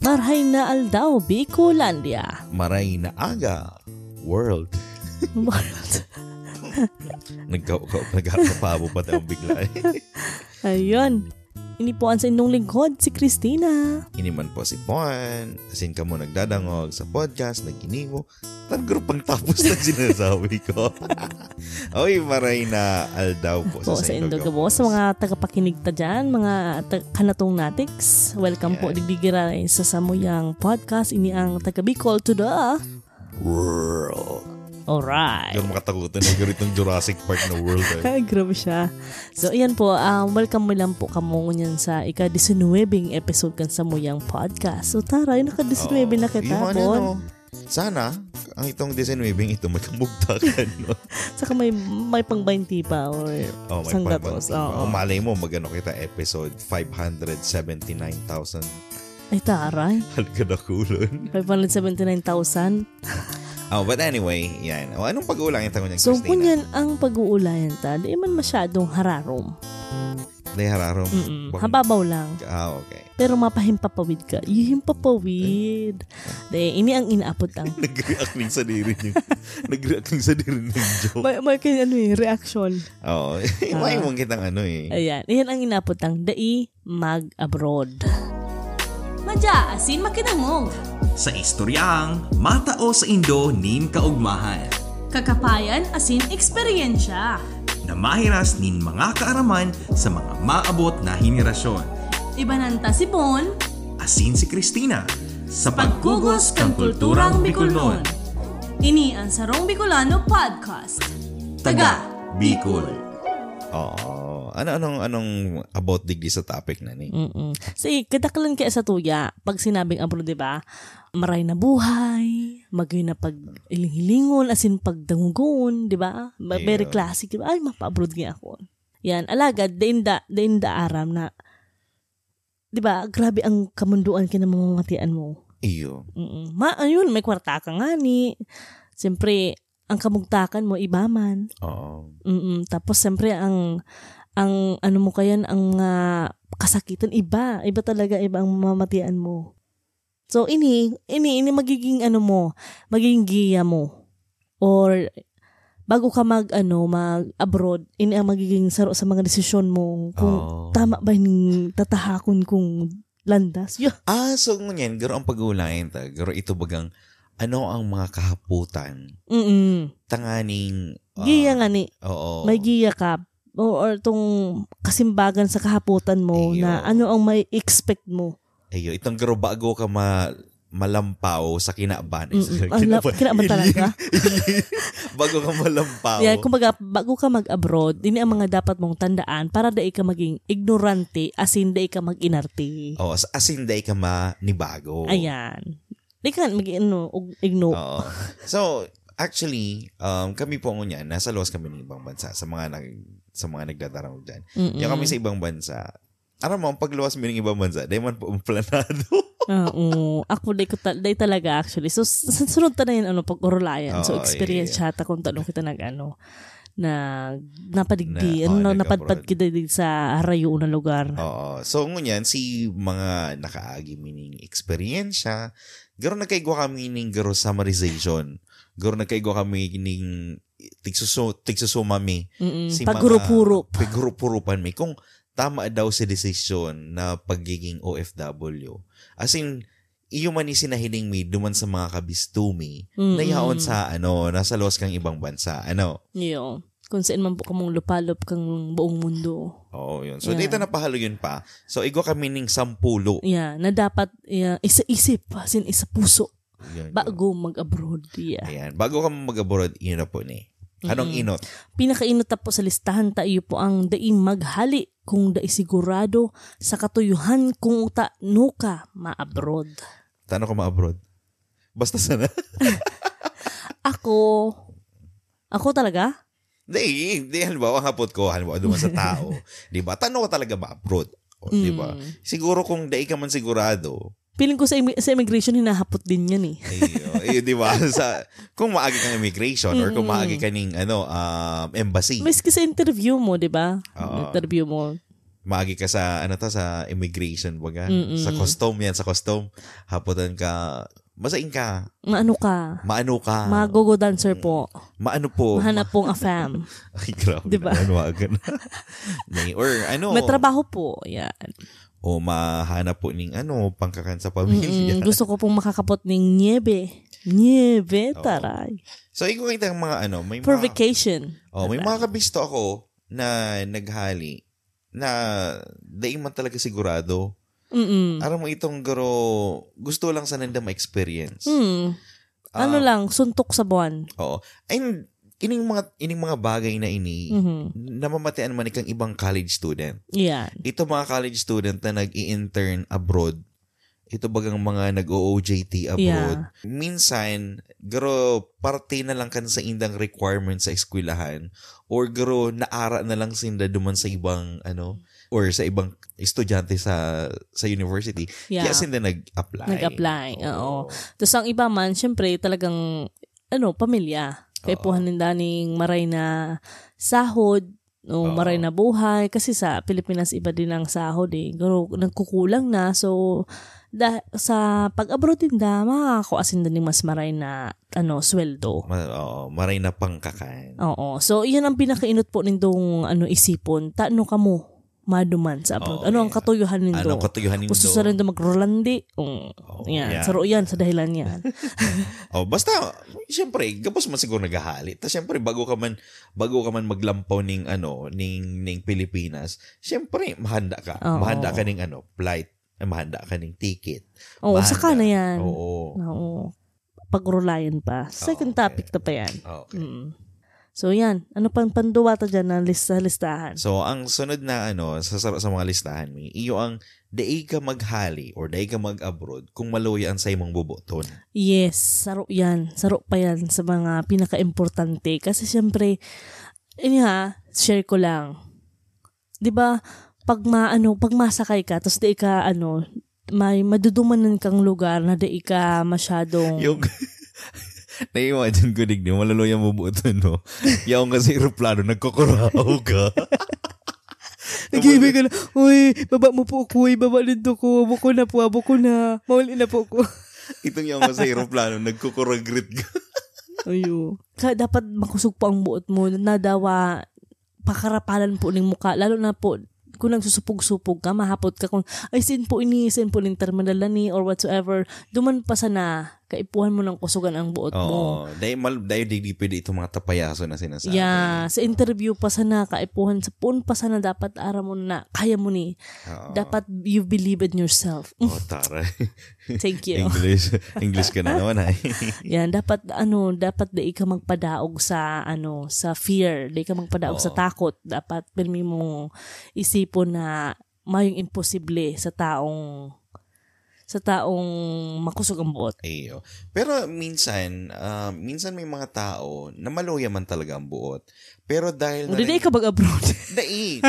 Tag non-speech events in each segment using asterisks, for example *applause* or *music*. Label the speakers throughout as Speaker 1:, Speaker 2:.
Speaker 1: Tarhay na aldaw, Bicolandia. *laughs*
Speaker 2: Maray na aga. World. Nagkaukaw, *laughs* nagkakapabo pa tayo bigla. *laughs*
Speaker 1: Ayun. Inipuan sa inyong lingkod si Christina.
Speaker 2: Iniman po si Bon. Asin ka mo nagdadangog sa podcast, nagkinigo. Tan grupang tapos na sinasabi ko. *laughs* Oy, maray na aldaw po
Speaker 1: po
Speaker 2: sa,
Speaker 1: sa
Speaker 2: Sindog
Speaker 1: Indogabo. Sa mga tagapakinig ta dyan, mga ta- kanatong natiks, welcome po
Speaker 2: Yan.
Speaker 1: digdigira sa Samuyang Podcast. Ini ang taga Bicol to the...
Speaker 2: World.
Speaker 1: Alright.
Speaker 2: Yung makatakutan na ganitong Jurassic Park na world. Eh.
Speaker 1: *laughs* Ay, Grabe siya. So, ayan po. Um, welcome mo lang po kamungo niyan sa ika-19 episode kan sa Muyang Podcast. So, tara, yung naka-19 na kita
Speaker 2: Yung ano,
Speaker 1: po.
Speaker 2: no, sana, ang itong design weaving ito, magkamugtakan. No?
Speaker 1: Saka may, may pang-20 pa or
Speaker 2: Oh, may
Speaker 1: Isang
Speaker 2: pagbanti
Speaker 1: gatos,
Speaker 2: pa.
Speaker 1: oo.
Speaker 2: Oh, malay mo, magano kita episode 579,000.
Speaker 1: ay taray.
Speaker 2: Halika na kulon.
Speaker 1: 579,000.
Speaker 2: Oh, but anyway, yan. Oh, anong pag-uulang yung tangon niya,
Speaker 1: So,
Speaker 2: Christina?
Speaker 1: kunyan ang pag-uulayan ta, di man masyadong hararom.
Speaker 2: Day hararo.
Speaker 1: Mm-mm.
Speaker 2: Bang-
Speaker 1: Hababaw lang.
Speaker 2: Ah, okay. *laughs*
Speaker 1: Pero mapahimpapawid ka. Ihimpapawid. Di, ini ang inaapot ang
Speaker 2: Nag-react ng sadiri niya. *laughs* Nag-react ng sadiri niya
Speaker 1: *laughs*
Speaker 2: joke.
Speaker 1: may, may kanya, ano eh, reaction.
Speaker 2: Oo. *laughs* Oh, may
Speaker 1: Ah.
Speaker 2: mong kitang ano eh.
Speaker 1: Ayan, iyan ang inaputang dai mag-abroad. Madya, asin makinangog.
Speaker 3: sa istoryang matao sa Indo nin kaugmahan
Speaker 1: Kakapayan asin eksperyensya.
Speaker 3: na mahiras nin mga kaaraman sa mga maabot na henerasyon.
Speaker 1: Ibananta si Bon,
Speaker 3: Asin si Christina sa pagkugos kang kulturang Bicolnon.
Speaker 1: Ini ang Sarong Bicolano Podcast.
Speaker 3: Taga Bicol.
Speaker 2: Oo. Ano anong anong about digdi sa topic na ni?
Speaker 1: Mm-mm. Say, kadaklan kaya sa tuya, pag sinabing abroad, di ba? Maray na buhay, magayon na pag ilingilingon, as in pagdangugon, di ba? Ma- Very
Speaker 2: Yeah.
Speaker 1: classic, di ba? Ay, mapa-abroad nga ako. Yan, alagad, dain da, dain da aram na, di ba, grabe ang kamunduan kinamamatian mo.
Speaker 2: Iyo.
Speaker 1: Mm-mm. Ma, ayun, may kwarta ka nga ni. Siyempre, ang kamugtakan mo, ibaman.
Speaker 2: Oo.
Speaker 1: Mm-mm. Tapos, siyempre, ang, ang, ano mo kayan, ang mga kasakitan, iba. Iba talaga, iba ang mamatian mo. So, ini, ini, ini magiging, ano mo, magiging giya mo. Or, bago ka mag, ano, mag-abroad, ini ang magiging saro sa mga desisyon mo. Kung
Speaker 2: Oo.
Speaker 1: tama ba yung tatahakon kung landas. Yun.
Speaker 2: Ah, so ngunyan, garo ang pag-uulayan ta. Garo ito bagang ano ang mga kahaputan
Speaker 1: Mm-mm.
Speaker 2: tanganing ah,
Speaker 1: Giya nga ni.
Speaker 2: Oo.
Speaker 1: may giya ka o or tong kasimbagan sa kahaputan mo
Speaker 2: Ayun.
Speaker 1: na ano ang may expect mo.
Speaker 2: Ayo, itong garo bago ka ma malampaw sa kinaaban. Eh, sa
Speaker 1: Mm-mm.
Speaker 2: *laughs*
Speaker 1: Ang lap- kinaaban ah, talaga.
Speaker 2: bago ka malampaw.
Speaker 1: Yan, kumbaga, bago ka mag-abroad, ini ang mga dapat mong tandaan para dai ka maging ignorante as in dai ka mag-inarte.
Speaker 2: oh, sa asin day ka ma ni bago.
Speaker 1: Ayan. Di ka maging ano, og- igno.
Speaker 2: Oo. *laughs* So, actually, um, kami po ngunyan, nasa lawas kami ng ibang bansa sa mga nag, sa mga nagdadarang dyan.
Speaker 1: Mm-mm.
Speaker 2: Yung kami sa ibang bansa, aram mo, ang pagluwas mo ng ibang bansa, dahil man po ang planado.
Speaker 1: Oo. Ako, day, ko ta- day talaga actually. So, s- sa sunod ta na yun, ano, pag-urulayan. so,
Speaker 2: Oo,
Speaker 1: experience
Speaker 2: yeah.
Speaker 1: yata kung tanong kita nag, ano, na napadigdi,
Speaker 2: Na-
Speaker 1: ano,
Speaker 2: oo,
Speaker 1: na- napadpad
Speaker 2: nag-abroad.
Speaker 1: kita din sa harayo na lugar.
Speaker 2: Oo. So, ngunyan, si mga nakaagi meaning experiensya, garo nagkaigwa kami ng garo summarization. Garo nagkaigwa kami ng tigsuso, tigsusumami.
Speaker 1: Mm-mm.
Speaker 2: Si
Speaker 1: Paghurup-hurup.
Speaker 2: mga- Paghurup-hurupan may kung tama daw si decision na pagiging OFW. As in, iyo man isinahiling may duman sa mga kabistumi
Speaker 1: Mm-mm.
Speaker 2: na yaon sa ano, nasa lawas kang ibang bansa. Ano?
Speaker 1: Yo. Kung saan man po kamong lupalop kang buong mundo.
Speaker 2: Oo, yun. So,
Speaker 1: Yeah.
Speaker 2: dito napahalo yun pa. So, igwa kami ning sampulo.
Speaker 1: Yeah, na dapat yeah, isa-isip, as in isa puso,
Speaker 2: Yun, yun.
Speaker 1: bago mag-abroad. Yeah.
Speaker 2: Ayan. Bago ka mag-abroad, yun na po ni. Anong
Speaker 1: Mm-mm.
Speaker 2: inot?
Speaker 1: Pinakainot na po sa listahan ta iyo po ang dai maghali kung dai sigurado sa katuyuhan kung uta no ka ma-abroad.
Speaker 2: Tano ka ma-abroad? Basta sana.
Speaker 1: Ako, ako talaga?
Speaker 2: Di, di, halimbawa, ang hapot ko, halimbawa, duman sa
Speaker 1: *laughs*
Speaker 2: tao. di ba? Tanong ka talaga ma-abroad. O, Di ba?
Speaker 1: Mm.
Speaker 2: Siguro kung dai ka man sigurado,
Speaker 1: Piling ko sa, immi- sa immigration hinahapot din yan eh.
Speaker 2: eh, eh, di
Speaker 1: *laughs*
Speaker 2: ba? Sa, kung maagi kang immigration or
Speaker 1: Mm-mm.
Speaker 2: kung maagi ka ng ano, um, embassy.
Speaker 1: Miski sa interview mo, di ba?
Speaker 2: Oo.
Speaker 1: Interview mo.
Speaker 2: maagi ka sa ano to sa immigration baga
Speaker 1: Mm-mm.
Speaker 2: sa custom yan sa custom haputan ka masain ka
Speaker 1: Maano ka?
Speaker 2: maano ka
Speaker 1: Mga go-go dancer po.
Speaker 2: maano po
Speaker 1: Mahanap pong afam.
Speaker 2: *laughs* ay grabe
Speaker 1: Diba?
Speaker 2: na, ano agad *laughs* May- or ano
Speaker 1: May trabaho po.
Speaker 2: *laughs*
Speaker 1: Yan.
Speaker 2: o mahanap po ning ano pangkakan sa
Speaker 1: Mm-mm.
Speaker 2: pamilya
Speaker 1: Gusto ko pong makakapot ng niebe. Niebe,
Speaker 2: Oo.
Speaker 1: taray.
Speaker 2: so ikaw kita ang mga ano may
Speaker 1: For
Speaker 2: mga-
Speaker 1: vacation.
Speaker 2: Oh, may
Speaker 1: Taray.
Speaker 2: mga kabisto ako na naghali na daig man talaga sigurado.
Speaker 1: Mm-mm.
Speaker 2: Aram mo itong garo, gusto lang sa nanda ma-experience.
Speaker 1: Mm. Ano
Speaker 2: Ah,
Speaker 1: lang, suntok sa buwan.
Speaker 2: Oo. And ining mga, ining mga bagay na ini,
Speaker 1: Mhm.
Speaker 2: namamatian man ikang ibang college student.
Speaker 1: Yan.
Speaker 2: Ito mga college student na nag intern abroad, ito bagang mga nag-OJT abroad. Minsan, garo, parte na lang kan sa indang requirement sa eskwelahan or garo, naara na lang sinda duman sa ibang, ano, or sa ibang estudyante sa sa university.
Speaker 1: Yeah.
Speaker 2: Kaya sinda nag-apply.
Speaker 1: Nag-apply, oo. Tapos ang iba man, syempre, talagang, ano, pamilya. Kaya
Speaker 2: Oo.
Speaker 1: puhanin daning maray na sahod, o
Speaker 2: Oo.
Speaker 1: maray na buhay. Kasi sa Pilipinas, iba din ang sahod eh. Pero nagkukulang na. So, da, sa pag-abroad din da, makakakuasin din mas maray na ano, sweldo.
Speaker 2: Ma- oo, maray na pangkakan.
Speaker 1: Oo. So, iyan ang pinakainot po nindong ano, isipon. Taano ka mo maduman sa abroad?
Speaker 2: Oo,
Speaker 1: ano ang
Speaker 2: yeah.
Speaker 1: katuyuhan nindo?
Speaker 2: Anong katuyuhan nindo?
Speaker 1: Gusto sa rin daw mag-Rolandi? Oo.
Speaker 2: Oo,
Speaker 1: yan.
Speaker 2: Oh, yeah.
Speaker 1: Saro yan sa dahilan
Speaker 2: *laughs*
Speaker 1: yan.
Speaker 2: Oh, basta syempre gabos man siguro nagahali. Ta syempre bago ka man bago ka man maglampaw ning ano ning ning Pilipinas, syempre mahanda ka.
Speaker 1: Oo.
Speaker 2: Mahanda ka ning ano flight, eh, mahanda ka ning ticket.
Speaker 1: Oo,
Speaker 2: Mahanda.
Speaker 1: Oh, saka na yan.
Speaker 2: Oo.
Speaker 1: Oo. Pag-rulayan pa. Second
Speaker 2: Oo, okay.
Speaker 1: topic na pa yan.
Speaker 2: Okay.
Speaker 1: Mm. So yan, ano pang panduwata dyan na list sa listahan?
Speaker 2: So ang sunod na ano sa sa, sa mga listahan mi, iyo ang daig ka maghali or daig ka mag-abroad kung maluya ang sa imong buboton.
Speaker 1: Yes, saro yan. Saro pa yan sa mga pinaka-importante. Kasi syempre, ini ha, share ko lang. 'Di ba pag maano, pag masakay ka, tapos di ka, ano, may madudumanan kang lugar na di ka masyadong...
Speaker 2: Yung *laughs* Na-imagine ko digdi, maluluya mo buoton mo. Yaong kasi aeroplano, nagkukuraw ka.
Speaker 1: Nag-ibig ka na, uy, baba mo po ako, uy, baba nito ko, abo ko na po, abo ko na, mauli na po ko.
Speaker 2: Itong yung sa aeroplano, *laughs* nagkukuragrit ka.
Speaker 1: *laughs* Ayo. Kaya dapat makusog po ang buot mo, nadawa, pakarapalan po ng muka, lalo na po, kung nagsusupog-supog ka, mahapot ka kung, ay, sin po ini, sin po ng terminal na ni, or whatsoever, duman pa sana, kaipuhan mo ng kusugan ang buot mo.
Speaker 2: Oo. Dahil, mal, dahil di pwede itong mga tapayaso na sinasabi. *laughs*
Speaker 1: Yeah, sa interview pa sana, kaipuhan sa puon pa sana, dapat ara mo na, kaya mo ni,
Speaker 2: Oo.
Speaker 1: dapat you believe in yourself. *laughs*
Speaker 2: Oh, tara.
Speaker 1: Thank you.
Speaker 2: English. English ka
Speaker 1: *laughs*
Speaker 2: na naman, ay.
Speaker 1: Yan, dapat ano, dapat di ka magpadaog sa ano, sa fear, di ka magpadaog
Speaker 2: Oo.
Speaker 1: sa takot. Dapat pirmi mong isipon na mayong imposible sa taong sa taong makusog ang buot.
Speaker 2: Ay, oh. Pero minsan, ah, minsan may mga tao na maluya man talaga ang buot. Pero dahil na
Speaker 1: Hindi Oh, di ka *laughs* mag-abroad.
Speaker 2: Dai.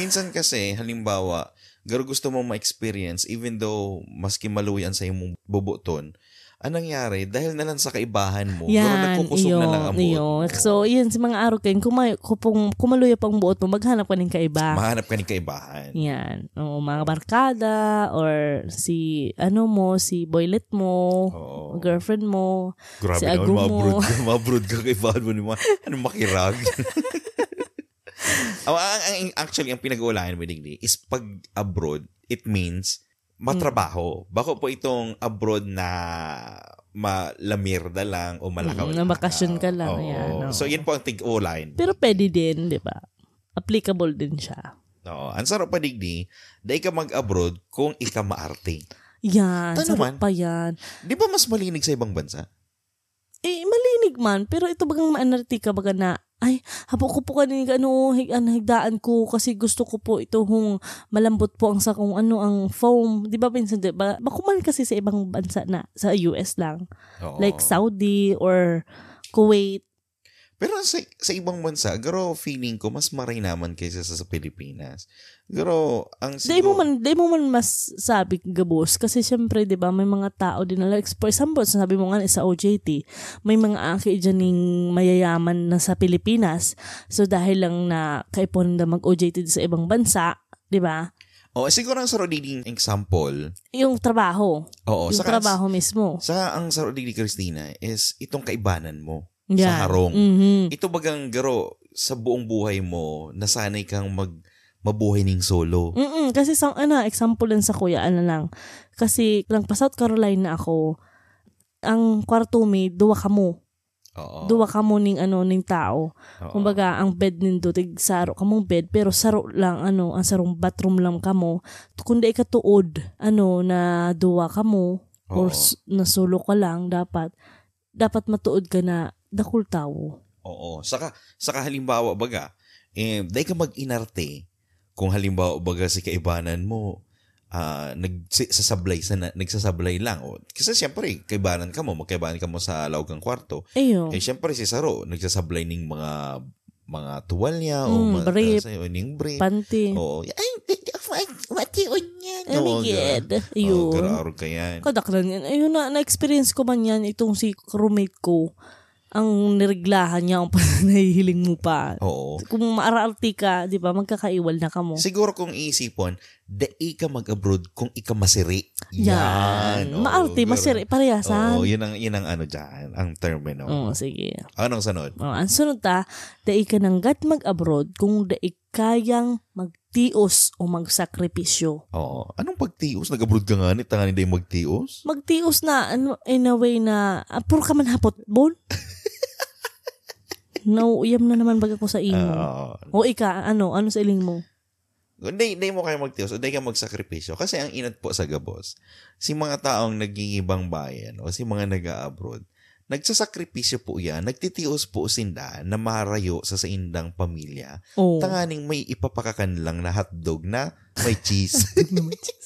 Speaker 2: Minsan kasi, halimbawa, garo gusto mo ma-experience, even though maski maluyan sa imong bubuton, anong nangyari? Dahil na lang sa kaibahan mo, garo
Speaker 1: Yan,
Speaker 2: nagkukusog na lang ang buot.
Speaker 1: iyo.
Speaker 2: mo.
Speaker 1: So, yun, sa mga araw kayo, kumay, kupong, kumaluya pa ang buot mo, maghanap ka ng kaiba.
Speaker 2: Mahanap ka ng kaibahan.
Speaker 1: Yan. O, mga barkada, or si, ano mo, si boylet mo,
Speaker 2: Oo.
Speaker 1: girlfriend mo,
Speaker 2: Grabe
Speaker 1: Si
Speaker 2: naman,
Speaker 1: Agumo.
Speaker 2: ma-abroad ka, ma-abroad ka kay Valvo ni Ma. Ano
Speaker 1: *laughs*
Speaker 2: makirag? ang, ang, ang- actually, ang pinag-uulaan mo, Digdi, is pag abroad, it means
Speaker 1: Mm.
Speaker 2: matrabaho. Bako po itong abroad na malamirda lang o malakaw
Speaker 1: Mm, na bakasyon ka lang,
Speaker 2: Oo.
Speaker 1: yan, oo.
Speaker 2: So, yun po ang tig-uulayan.
Speaker 1: Pero pwede din, di ba? Applicable din siya.
Speaker 2: Oo. Ang sarap pa, Digdi, dahil ka mag-abroad kung ika maarte.
Speaker 1: Yan, sarap
Speaker 2: Tanaman.
Speaker 1: pa yan.
Speaker 2: Di ba mas malinig sa ibang bansa?
Speaker 1: Eh, malinig man, pero ito bagang maanarti ka baga na, ay, hapo ko po kanina ano, hig, ano, higdaan ko kasi gusto ko po ito hung malambot po ang sa kung ano ang foam. Di ba, pinsan, di ba? Bakuman kasi sa ibang bansa na, sa US lang.
Speaker 2: Oo.
Speaker 1: Like Saudi or Kuwait.
Speaker 2: Pero sa, sa ibang bansa, garo feeling ko mas maray naman kaysa sa, sa Pilipinas. Garo, ang
Speaker 1: Di mo man, di mo man mas sabi gabos kasi syempre, di ba, may mga tao din na like, for example, sabi mo nga sa OJT, may mga aki dyan ng mayayaman na sa Pilipinas. So dahil lang na kaipon na mag-OJT sa ibang bansa, 'di ba?
Speaker 2: O, oh, siguro ang sarili example,
Speaker 1: Yung trabaho,
Speaker 2: oo,
Speaker 1: yung
Speaker 2: sa
Speaker 1: trabaho mismo.
Speaker 2: Sa ang sarili ni Christina is itong kaibanan mo
Speaker 1: Yan.
Speaker 2: sa harong.
Speaker 1: Mhm.
Speaker 2: Ito bagang garo sa buong buhay mo nasanay kang mag mabuhay ning solo.
Speaker 1: Mm-mm, kasi sa ano, example lang sa kuya, ano lang. Kasi lang pa South Carolina ako, ang kwarto may duwa ka mo.
Speaker 2: Oo.
Speaker 1: Duwa ka mo ning ano ning tao.
Speaker 2: Oo.
Speaker 1: Kumbaga ang bed nindo tig saro kamong bed pero saro lang ano ang sarong bathroom lang kamo. Kundi ikatuod ano na duwa ka mo or
Speaker 2: Oo.
Speaker 1: s- na solo ka lang dapat dapat matuod ka na dakul tao.
Speaker 2: Oo. Saka, saka halimbawa baga, eh, dahil ka mag-inarte. Kung halimbawa baga si kaibanan mo, ah, nagsasablay, sa, nagsasablay lang. O, kasi siyempre, kaibanan ka mo, magkaibanan ka mo sa lawgang kwarto.
Speaker 1: Ayo.
Speaker 2: Eh, siyempre si Saro, nagsasablay ng mga mga
Speaker 1: Mm,
Speaker 2: tuwalya o mga
Speaker 1: brief.
Speaker 2: sa- o ning brief.
Speaker 1: Panty.
Speaker 2: Oo. Ay, matiod niya.
Speaker 1: Ano
Speaker 2: Ayun.
Speaker 1: Iyo.
Speaker 2: ka yan.
Speaker 1: Kadaklan yan. Ayun na, na-experience ko man yan itong si roommate ko. Ang niriglahan niya ang *laughs* nahihiling mo pa.
Speaker 2: Oo.
Speaker 1: Kung maaralti ka, di ba, magkakaiwal na ka mo.
Speaker 2: Siguro kung iisipon, dai ka mag-abroad kung ika masiri.
Speaker 1: yan.
Speaker 2: Oo,
Speaker 1: Maarte,
Speaker 2: ganun.
Speaker 1: masiri, parehasan.
Speaker 2: Oo, yun ang, yun ang ano dyan, ang termino.
Speaker 1: Oo, ah. Oh, sige.
Speaker 2: Anong sanod?
Speaker 1: Oh, ang sunod ta, dai ka nang gat mag-abroad kung dai kayang magtios o magsakripisyo.
Speaker 2: Oo. Oh, Anong pagtios? Nag-abroad ka nga ni, tanga ni day magtios?
Speaker 1: Magtios na ano, in a way na, ah, puro ka man hapot, bon? Nauuyam na naman baga ko sa imo.
Speaker 2: Oo.
Speaker 1: o ika, ano, ano sa iling mo?
Speaker 2: Oh. Hindi, hindi mo kayo magtios o hindi ka magsakripisyo. Kasi ang inat po sa gabos, si mga taong nagingibang bayan o si mga nag-abroad, nagsasakripisyo po yan, nagtitios po sinda na marayo sa saindang pamilya.
Speaker 1: Oh.
Speaker 2: Tanganing may ipapakakan lang na hotdog na may cheese.
Speaker 1: *laughs*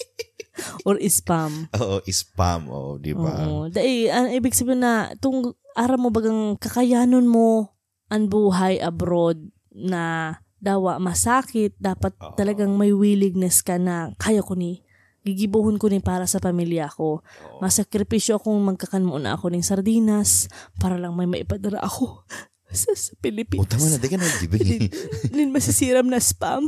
Speaker 1: Or spam.
Speaker 2: oo, spam, oo, di ba?
Speaker 1: Oo. Dahil, ang ibig sabihin na, itong araw mo bagang kakayanon mo ang buhay abroad na dawa masakit, dapat
Speaker 2: Oo.
Speaker 1: talagang may willingness ka na kaya ko ni, gigibuhon ko ni para sa pamilya ko.
Speaker 2: Oo.
Speaker 1: Masakripisyo akong magkakanmoon na ako ng sardinas para lang may maipadala ako *laughs* sa, sa Pilipinas.
Speaker 2: O Oh, tama na, di ka nagbibig. *laughs*
Speaker 1: Nin- nin masisiram na spam.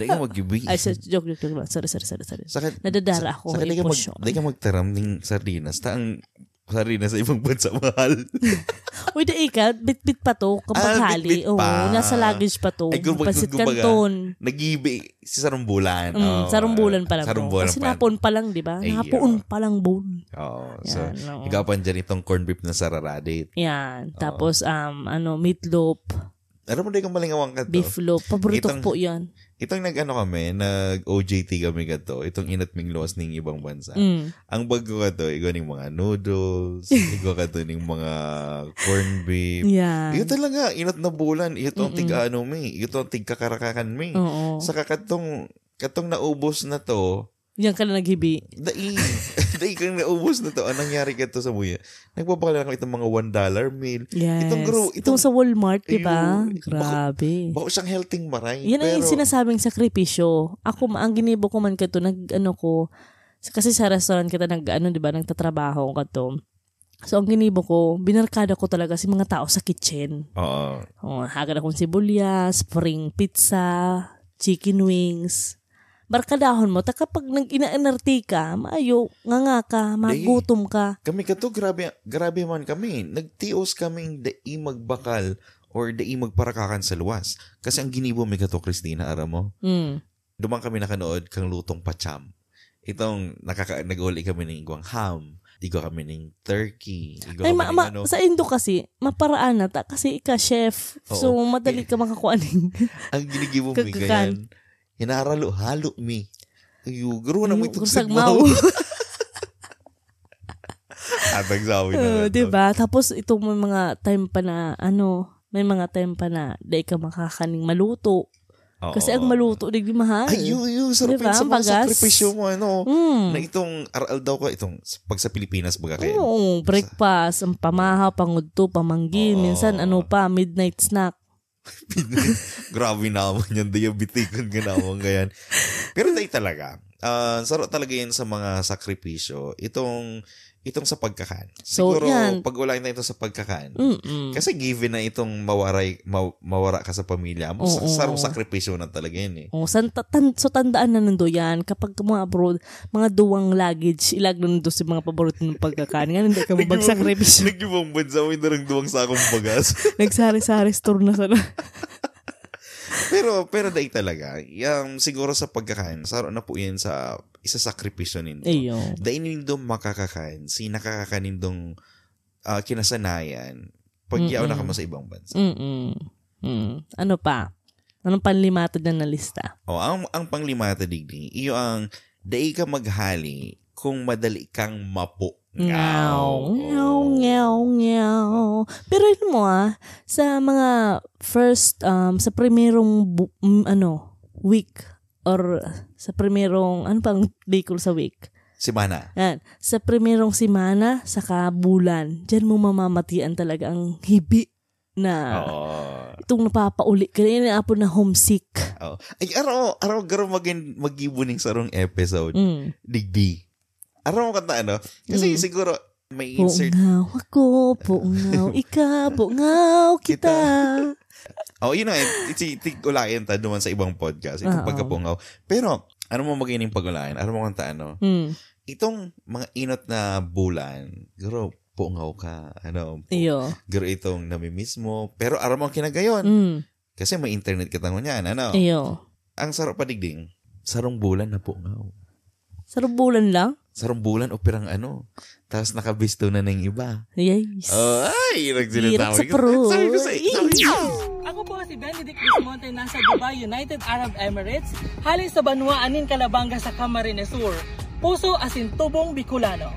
Speaker 2: Di ka magbibig.
Speaker 1: Ay, sa- joke, joke, joke lang. Sorry, sorry, sorry, sorry.
Speaker 2: Saka,
Speaker 1: Nadadara ako,
Speaker 2: Saka di ka, mag,
Speaker 1: emosyon.
Speaker 2: di ka magtaram ng sardinas. Ta ang sardinas sa ibang bansa *laughs* mahal.
Speaker 1: Uy, da ika, bit-bit pa to, kapag
Speaker 2: Ah,
Speaker 1: hali.
Speaker 2: bit-bit
Speaker 1: Oo,
Speaker 2: pa.
Speaker 1: nasa luggage pa to.
Speaker 2: Ay, gumag-
Speaker 1: Pasit
Speaker 2: gumbaga.
Speaker 1: kanton.
Speaker 2: Nag-ibi si Sarumbulan.
Speaker 1: Mm,
Speaker 2: Oo.
Speaker 1: sarumbulan pa lang.
Speaker 2: Sarumbulan
Speaker 1: to. Kasi
Speaker 2: pa.
Speaker 1: napon pa lang, di ba?
Speaker 2: Ay,
Speaker 1: Napoon pa lang bone.
Speaker 2: Oo. So,
Speaker 1: Yan, oo.
Speaker 2: ikaw pa dyan itong corn beef na sararadit.
Speaker 1: Yan.
Speaker 2: Oo.
Speaker 1: Tapos, um, ano, meatloaf,
Speaker 2: Alam mo, di ka malingawang ka to.
Speaker 1: beef loaf. Paborito ko
Speaker 2: Itong-
Speaker 1: po yan.
Speaker 2: Itong nag-ano kami, nag-OJT kami ka to. Itong inatming lawas ng ibang bansa.
Speaker 1: Mm.
Speaker 2: Ang bago ka to, ikaw ng mga
Speaker 1: *laughs*
Speaker 2: noodles, ikaw ka to ng mga corn beef.
Speaker 1: Yan.
Speaker 2: Ito talaga, inat na bulan. Ito ang
Speaker 1: Mm-mm.
Speaker 2: tig-ano may. Ito ang tig-kakarakakan may.
Speaker 1: Oo.
Speaker 2: Saka katong, katong naubos na to,
Speaker 1: Yan ka na naghibi.
Speaker 2: dai, *laughs* dai kang naubos na to. Anong nangyari ka to sa buya? Nagpapakala ako itong mga one dollar meal.
Speaker 1: Yes.
Speaker 2: Itong gro-
Speaker 1: Itong
Speaker 2: itong-
Speaker 1: sa Walmart, di ba?
Speaker 2: Ayun.
Speaker 1: Grabe.
Speaker 2: Bako siyang healthing maray.
Speaker 1: Yan ang
Speaker 2: pero,
Speaker 1: sinasabing sakripisyo. Ako, ma- ang ginibo ko man kato, nag, ano ko, kasi sa restaurant kita nag, ano, di ba, nagtatrabaho ko to. So, ang ginibo ko, binarkada ko talaga si mga tao sa kitchen.
Speaker 2: Oo.
Speaker 1: Oh, hagad akong sibuyas, spring pizza, chicken wings. Barkadahon mo, ta kapag nag inaanarti ka, maayo, nga nga ka, magutom ka.
Speaker 2: Kami ka to, grabe, grabe man kami. Nagtios kaming dai magbakal or dai magparakakan sa luwas. Kasi ang ginibo may ka to, Christina, ara mo.
Speaker 1: Mm.
Speaker 2: Dumang kami nakanood kang lutong pacham. Itong nakaka nag-uli kami ng igwang ham. Igwa kami ng turkey. Igwa
Speaker 1: Ay,
Speaker 2: kami
Speaker 1: ma-
Speaker 2: ng
Speaker 1: ma-
Speaker 2: ano.
Speaker 1: sa Indo kasi, maparaan na ta, kasi ika chef. So,
Speaker 2: Oo.
Speaker 1: madali ka makakuha ng
Speaker 2: ang ginigibo mo
Speaker 1: Kagkakan.
Speaker 2: ganyan. Hinaralo, halo mi. Ayu, garo na mo
Speaker 1: Ayun,
Speaker 2: itong
Speaker 1: kusag
Speaker 2: *laughs* sagmaw.
Speaker 1: mau.
Speaker 2: At nagsawi na.
Speaker 1: Oo,
Speaker 2: lang.
Speaker 1: diba? Tapos itong may mga time pa na, ano, may mga time pa na di ka makakaning maluto.
Speaker 2: Oo.
Speaker 1: Kasi ang maluto, di mahal.
Speaker 2: Ay, yun, yun. Sarap
Speaker 1: Diba?
Speaker 2: yun sa
Speaker 1: Ang
Speaker 2: mga
Speaker 1: bagas.
Speaker 2: sakripisyo mo, ano. Na
Speaker 1: Mm.
Speaker 2: itong aral daw ko, itong pag sa Pilipinas baga kayo.
Speaker 1: Oo, breakfast, ang pamaha, pangudto, pamanggi,
Speaker 2: Oo.
Speaker 1: minsan ano pa, midnight snack.
Speaker 2: *laughs* Grabe naman yan, diabetikon ka naman ganyan. Pero dahil talaga, ah sarap talaga yan sa mga sakripisyo. Itong itong sa pagkakan.
Speaker 1: So,
Speaker 2: Siguro,
Speaker 1: yan. Mm.
Speaker 2: pag-ulayin na ito sa pagkakan.
Speaker 1: Mm-mm.
Speaker 2: Kasi given na itong mawaray, ma- mawara ka sa pamilya mo,
Speaker 1: Oo.
Speaker 2: sa- sarong sakripisyo na talaga
Speaker 1: *laughs*
Speaker 2: yun eh.
Speaker 1: Oh, san, ta- tan, so tandaan na nando yan. Kapag mga abroad, mga duwang luggage, ilag na nando si mga paborito ng pagkakaan. Nga hindi ka
Speaker 2: *laughs*
Speaker 1: mabagsak revision.
Speaker 2: Nagyubang bansa mo yung duwang sa akong bagas. *laughs*
Speaker 1: Nagsari-sari store na sana.
Speaker 2: pero, pero daig talaga. Yung, siguro sa pagkakain, saro na po yan sa isa sakripisyo nito.
Speaker 1: Ayo.
Speaker 2: Dainindong makakakain, si nakakakanindong ah, kinasanayan, pagyaw na ka mo sa ibang bansa.
Speaker 1: Mm-mm. Mm. Ano pa? Anong panlimatad na nalista?
Speaker 2: O, Oh, ang, ang panglima digdi, iyo ang daig ka maghali kung madali kang mapo. Oh.
Speaker 1: Ngaw. Ngaw, ngaw, ngaw. Pero yun mo ah, sa mga first, um, sa primerong, bu- mm, ano, week or sa primerong, ano pang day ko sa week?
Speaker 2: Si Mana.
Speaker 1: Yan. Sa primerong simana, saka bulan, dyan mo mamamatian talaga ang hibi na
Speaker 2: Oo.
Speaker 1: itong napapauli. Kaya yun apo na homesick.
Speaker 2: Oo. Ay, araw, araw, garo magin, magibuning sarong episode.
Speaker 1: Mm.
Speaker 2: Digdi. Araw mo kanta, ano? Kasi
Speaker 1: Mm.
Speaker 2: siguro, may insert.
Speaker 1: Pungaw ako,
Speaker 2: *laughs*
Speaker 1: pungaw ika, pungaw kita.
Speaker 2: Oh, yun na, itikulain ta duman sa ibang podcast.
Speaker 1: Oo.
Speaker 2: Itong pagkapungaw. Pero, ano mo magiging pagulain? Ano mo kanta, ano?
Speaker 1: Mm.
Speaker 2: Itong mga inot na bulan, garo, pungaw ka, ano,
Speaker 1: Iyo.
Speaker 2: garo itong namimiss mo. Pero araw mo ang kinagayon.
Speaker 1: Mm.
Speaker 2: Kasi may internet ka tango niyan, ano?
Speaker 1: Iyo.
Speaker 2: Ang sarap padigding, sarong bulan na pungaw.
Speaker 1: Sarubulan lang?
Speaker 2: sarong bulan o pirang ano. Tapos nakabisto na ng iba.
Speaker 1: Yes.
Speaker 2: Oh, ay,
Speaker 1: Hirap
Speaker 2: nagsinatawag.
Speaker 1: sa Peru.
Speaker 2: Sabi ko sa sabi ko,
Speaker 4: Ako po si Benedict Bismonte nasa Dubai, United Arab Emirates, hali sa Banwa Anin Calabanga sa Camarines Sur, Puso Asin Tubong Bicolano.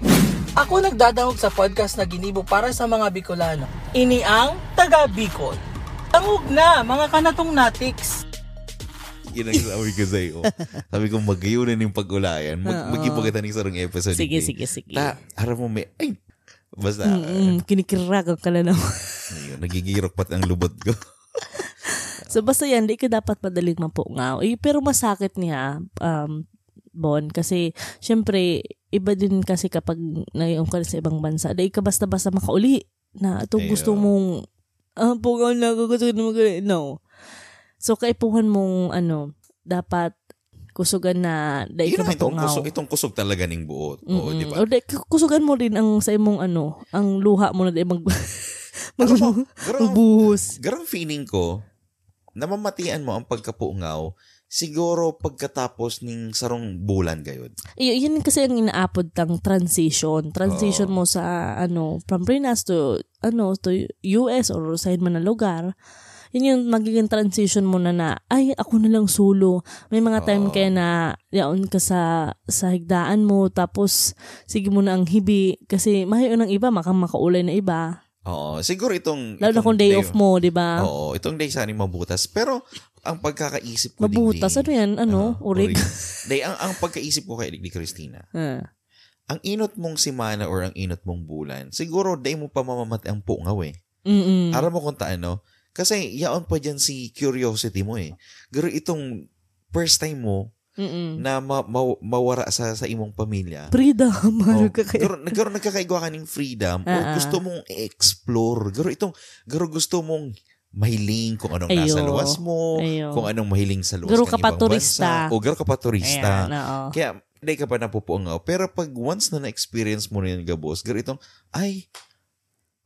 Speaker 4: Ako nagdadahog sa podcast na ginibo para sa mga Bicolano. Ini ang taga Bicol. Tangog na mga kanatong natiks.
Speaker 2: yun ang sabi ko sa iyo. Sabi ko, magayunan yung pag-ulayan. Mag,
Speaker 1: Oo.
Speaker 2: Magkipagkatan yung sarong episode.
Speaker 1: Sige,
Speaker 2: eh.
Speaker 1: sige, sige.
Speaker 2: Ta, harap mo may, ay, basta,
Speaker 1: Mm, kinikirag ang kala naman.
Speaker 2: ayun, nagigirok pat ang lubot ko.
Speaker 1: So basta yan, di ka dapat madaling mapungaw. Eh, pero masakit niya, um, Bon, kasi syempre, iba din kasi kapag naiyon ka sa ibang bansa, di ka basta-basta makauli na ito
Speaker 2: Ayo.
Speaker 1: gusto mong, ah, pungaw na ako, gusto ko na mag- No. So, kaipuhan mong, ano, dapat kusugan na di ka
Speaker 2: Yun naman, itong
Speaker 1: mapungaw.
Speaker 2: kusog, itong kusog talaga ng buot. Oo,
Speaker 1: Mm-mm.
Speaker 2: di ba?
Speaker 1: O di, kusugan mo rin ang sa imong ano, ang luha mo na di mag... *laughs* mag-
Speaker 2: Alam mo, Garang,
Speaker 1: Ubus.
Speaker 2: garang feeling ko, namamatian mo ang pagkapungaw, siguro pagkatapos ng sarong bulan gayon.
Speaker 1: Y- yun kasi ang inaapod tang transition. Transition mo
Speaker 2: Oo.
Speaker 1: sa ano, from Prinas to ano to US or sa man na lugar. Yun yung magiging transition mo na na, ay, ako na lang solo. May mga time
Speaker 2: Oo.
Speaker 1: kaya na yaon ka sa, sa higdaan mo, tapos sige mo na ang hibi. Kasi mahayon ng iba, makang makaulay na iba.
Speaker 2: Oo, siguro itong...
Speaker 1: Lalo na
Speaker 2: itong
Speaker 1: kung day off mo, di ba?
Speaker 2: Oo, itong day sana mabutas. Pero, ang pagkakaisip ko...
Speaker 1: Mabutas. Ano
Speaker 2: Digdi-
Speaker 1: yan? Ano?
Speaker 2: Oo,
Speaker 1: Urig?
Speaker 2: Day, ang, ang pagkaisip ko kay Digdi Christina,
Speaker 1: Ah.
Speaker 2: ang inot mong simana or ang inot mong bulan, siguro day mo pa mamamati ang pungaw eh.
Speaker 1: Mm-mm.
Speaker 2: Aram mo kung taano. Kasi, yaon pa dyan si curiosity mo eh. Pero itong first time mo
Speaker 1: Mm-mm.
Speaker 2: na ma- ma- mawara sa, sa imong
Speaker 1: *laughs*
Speaker 2: pamilya.
Speaker 1: Prida, mahal ka kaya.
Speaker 2: Pero nagkaroon nagkakaigwa ka ng freedom o
Speaker 1: Ah, ah.
Speaker 2: gusto mong i-explore. Garo itong garo gusto mong mahiling kung anong nasa
Speaker 1: Ayo.
Speaker 2: luwas mo,
Speaker 1: Ayo.
Speaker 2: kung anong mahiling sa luwas
Speaker 1: Garo
Speaker 2: ng
Speaker 1: ka pa
Speaker 2: ibang
Speaker 1: turista.
Speaker 2: bansa. O garo ka pa turista.
Speaker 1: Ayan, oo.
Speaker 2: Kaya hindi ka pa napupuangaw. Pero pag once na na-experience mo na yan, Gabos, garo itong, ay,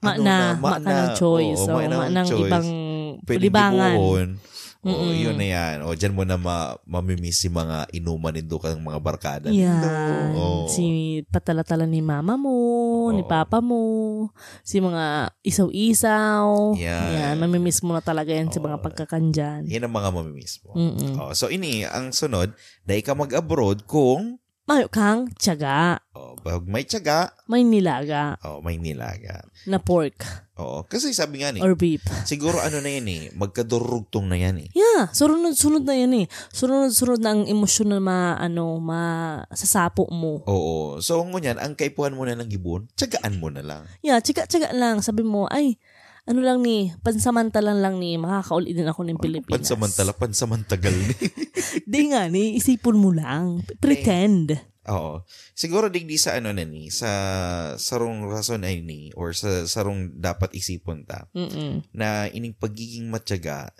Speaker 1: Ma
Speaker 2: ano
Speaker 1: na,
Speaker 2: ma
Speaker 1: ma ka ng choice.
Speaker 2: oo,
Speaker 1: so,
Speaker 2: na
Speaker 1: ma
Speaker 2: ang
Speaker 1: ng
Speaker 2: choice.
Speaker 1: ibang
Speaker 2: Pwedeng
Speaker 1: libangan.
Speaker 2: libuhon. O,
Speaker 1: Mm-mm.
Speaker 2: yun na yan. O, dyan mo na ma- mamimiss yung mga inuman nindo ka ng mga barkada. nindo.
Speaker 1: Yan.
Speaker 2: Oo.
Speaker 1: Si patalatala ni mama mo, ni
Speaker 2: Oo.
Speaker 1: papa mo, si mga isaw-isaw.
Speaker 2: Yan.
Speaker 1: Yan. Mamimiss mo na talaga yan sa mga
Speaker 2: Oo.
Speaker 1: pagkakandyan.
Speaker 2: Yan ang mga mamimiss mo.
Speaker 1: Mm-mm.
Speaker 2: Oh, so ini ang sunod, dahil ka mag-abroad kung
Speaker 1: Mayo kang tiyaga.
Speaker 2: oh, pag may tiyaga,
Speaker 1: May nilaga
Speaker 2: oh, may nilaga.
Speaker 1: na pork
Speaker 2: Oo, kasi sabi nga ni,
Speaker 1: or beef.
Speaker 2: siguro ano na yan eh, magkadurugtong na yan eh.
Speaker 1: Yeah, sunod-sunod na yan eh. Sunod-sunod na ang emosyon na ma, ano, ma, sasapo mo.
Speaker 2: Oo. So ngunyan, ang kaipuhan mo na ng gibon, tiyagaan mo na lang.
Speaker 1: Yeah, tsika-tsika lang. Sabi mo, ay, ano lang ni, pansamantalan lang ni, makakauli din ako ng
Speaker 2: Ano
Speaker 1: Pilipinas.
Speaker 2: Pansamantala, pansamantagal ni.
Speaker 1: *laughs*
Speaker 2: *laughs*
Speaker 1: Di nga ni, isipin mo lang. Pretend.
Speaker 2: Oo. Siguro digdi sa ano na ni, sa sarong rason ay ni, or sa sarong dapat isipon ta,
Speaker 1: Mm-mm.
Speaker 2: na ining pagiging matyaga,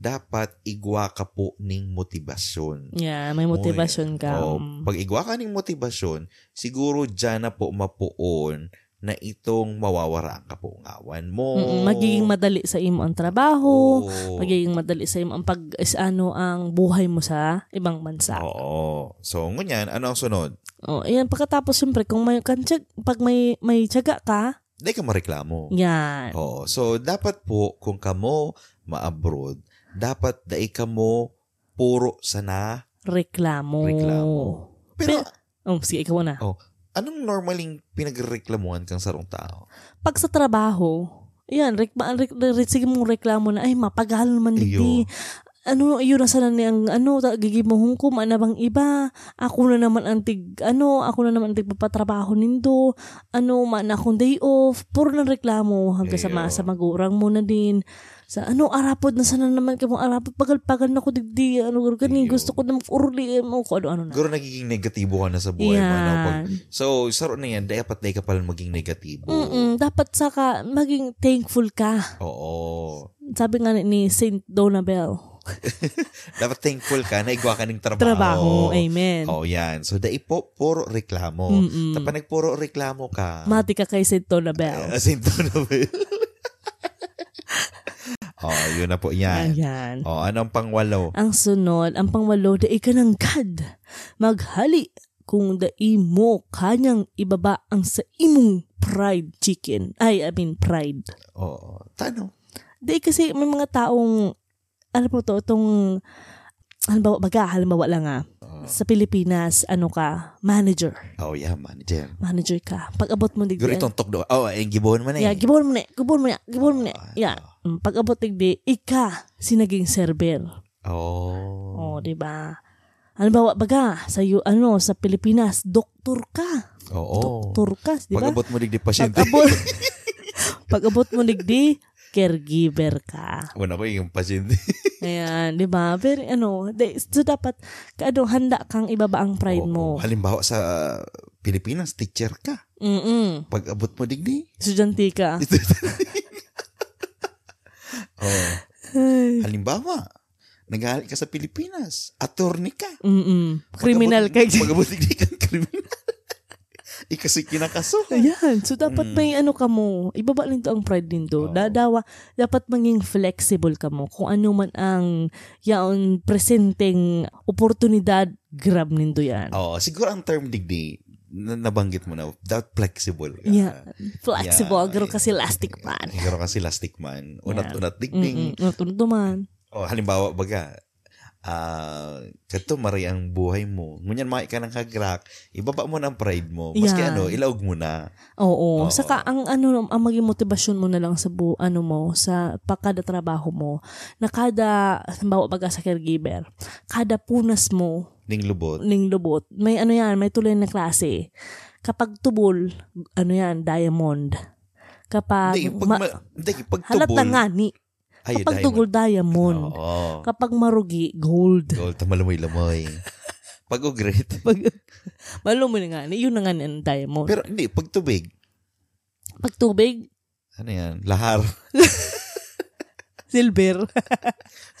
Speaker 2: dapat igwa ka po ning motibasyon.
Speaker 1: Yeah, may motivation ka.
Speaker 2: Oo.
Speaker 1: Mm.
Speaker 2: Pag igwa ka ning motibasyon, siguro dyan na po mapuon na itong mawawara ka po ngawan mo.
Speaker 1: Mm-mm. Magiging madali sa imo ang trabaho.
Speaker 2: Oo.
Speaker 1: Magiging madali sa imo ang pag is ano ang buhay mo sa ibang bansa.
Speaker 2: Oo. So, ngunyan, ano ang sunod?
Speaker 1: Oh, ayan pagkatapos syempre kung may kantsag, pag may may tiyaga ka,
Speaker 2: Hindi ka mareklamo.
Speaker 1: yan.
Speaker 2: Oo. So, dapat po, kung kamo ma-abroad, dapat dai kamo puro sana
Speaker 1: Reklamo.
Speaker 2: reklamo. Pero,
Speaker 1: Oh, sige, ikaw na.
Speaker 2: anong normaling pinagreklamuhan kang sarong tao?
Speaker 1: Pag sa trabaho, yan, rek, rek, rek, sige mong reklamo na, ay, mapagal man
Speaker 2: Iyo.
Speaker 1: dito. Ano, iyo na sana ni ang, ano, ta- gigimuhong ko, maana bang iba? Ako na naman ang tig, ano, ako na naman ang tigpapatrabaho nindo. Ano, maana akong day off. Puro ng reklamo hanggang sa, ma-
Speaker 2: Iyo.
Speaker 1: sa magurang mo na din. Sa ano, arapod na sana naman ka mong arapod. Pagal-pagal na ko digdi. Ano, ganin,
Speaker 2: Iyo.
Speaker 1: gusto ko na mag-urli. Ano, ko ano-ano na.
Speaker 2: Siguro nagiging negatibo ka na sa buhay mo. Ano? Pag,
Speaker 1: Yan.
Speaker 2: so, saro na yan, dapat dai ka pala maging negatibo.
Speaker 1: Mm-mm, dapat saka maging thankful ka.
Speaker 2: Oo.
Speaker 1: Sabi nga ni Saint Donabel.
Speaker 2: Dapat thankful ka na igwa ka ng trabaho.
Speaker 1: Trabaho, amen.
Speaker 2: Oo, yan. So, dai po, puro reklamo.
Speaker 1: Mm-mm.
Speaker 2: Tapos nagpuro reklamo ka.
Speaker 1: Mati ka kay Saint Donabel.
Speaker 2: As
Speaker 1: *laughs*
Speaker 2: in, Donovan. *laughs* oh, yun na po yan.
Speaker 1: Ayan.
Speaker 2: Oh, anong pangwalo?
Speaker 1: Ang sunod, ang pangwalo, dai ka ng God. Maghali kung dai mo kanyang ibaba ang sa imong fried chicken. Ay, I mean fried.
Speaker 2: Oh, tanong.
Speaker 1: Dai kasi may mga taong, ano po to, itong, halimbawa, baga, halimbawa lang ah, sa Pilipinas, ano ka, manager.
Speaker 2: Oh, yeah, manager.
Speaker 1: Manager ka. Pag abot mo digdi.
Speaker 2: Siguro itong tokdo. Oh, ay, gibohon mo na
Speaker 1: Yeah,
Speaker 2: eh.
Speaker 1: gibon mo na, gibon mo na, gibon mo na.
Speaker 2: Ah,
Speaker 1: Yeah. Mm, Pag abot tigdi, ika si naging server.
Speaker 2: Oh.
Speaker 1: Oh, di ba? Ano ba, baga, sa, yu- ano, sa Pilipinas, doktor ka.
Speaker 2: Oo.
Speaker 1: Oh, Doktor ka, di ba?
Speaker 2: oh. Pag-abot mo digdi
Speaker 1: Pag
Speaker 2: pasyente. *laughs*
Speaker 1: abot, pag abot mo nigdi, caregiver ka.
Speaker 2: *laughs* Una ko yung pasyente.
Speaker 1: Ayan, di ba? Very, ano, de- so dapat, ano, handa kang ibaba ang *laughs* pride
Speaker 2: Oo.
Speaker 1: mo.
Speaker 2: Oh, Halimbawa sa uh, Pilipinas, teacher ka.
Speaker 1: Mm-mm.
Speaker 2: Pag-abot mo
Speaker 1: *laughs*
Speaker 2: digdi. *laughs*
Speaker 1: Estudyante ka.
Speaker 2: Oh.
Speaker 1: Ay.
Speaker 2: Halimbawa, naghahalik ka sa Pilipinas. Attorney ka.
Speaker 1: Mm-mm. Criminal ka.
Speaker 2: Pag-abot digdi kang *laughs* kriminal. Ikasi Eh, kinakaso.
Speaker 1: Ayan. So, dapat may ano ka mo. Ibaba lang to ang pride nito.
Speaker 2: Oo.
Speaker 1: Dadawa. Dapat maging flexible ka mo. Kung ano man ang yaon presenting oportunidad, grab nindo yan.
Speaker 2: Oo, siguro ang term digdi, na- nabanggit mo na, that flexible ka.
Speaker 1: Yeah. Flexible.
Speaker 2: Yeah.
Speaker 1: Garo kasi elastic man.
Speaker 2: Siguro kasi elastic man. Unat-unat digding.
Speaker 1: Mm-mm. Natundo man.
Speaker 2: O, Oh, halimbawa, baga, ah kato mari ang buhay mo. Ngunyan maki ka ng kagrak, ibaba mo na ang pride mo. Maski
Speaker 1: Yeah.
Speaker 2: ano, ilaog mo na.
Speaker 1: Oo.
Speaker 2: Oo.
Speaker 1: Saka ang ano ang maging motivasyon mo na lang sa bu, ano mo sa pagkada trabaho mo na kada halimbawa baga sa caregiver, kada punas mo
Speaker 2: Ning lubot.
Speaker 1: ning lubot. May ano yan, may tuloy na klase. Kapag tubol, ano yan, diamond. Kapag,
Speaker 2: Hindi, pag,
Speaker 1: Ah, ma-
Speaker 2: ma- hindi, pag
Speaker 1: halata
Speaker 2: tubol.
Speaker 1: nga ni.
Speaker 2: Ay,
Speaker 1: Kapag
Speaker 2: dahil-
Speaker 1: tubol, diamond.
Speaker 2: Oo.
Speaker 1: Kapag marugi, gold. *laughs*
Speaker 2: Gold, malamoy-lamoy. pag ugrit.
Speaker 1: Pag, malo mo na nga ni, yun na nga ni ang diamond.
Speaker 2: Pero hindi, pag tubig,
Speaker 1: Pag tubig,
Speaker 2: ano yan, lahar. *laughs*
Speaker 1: silver.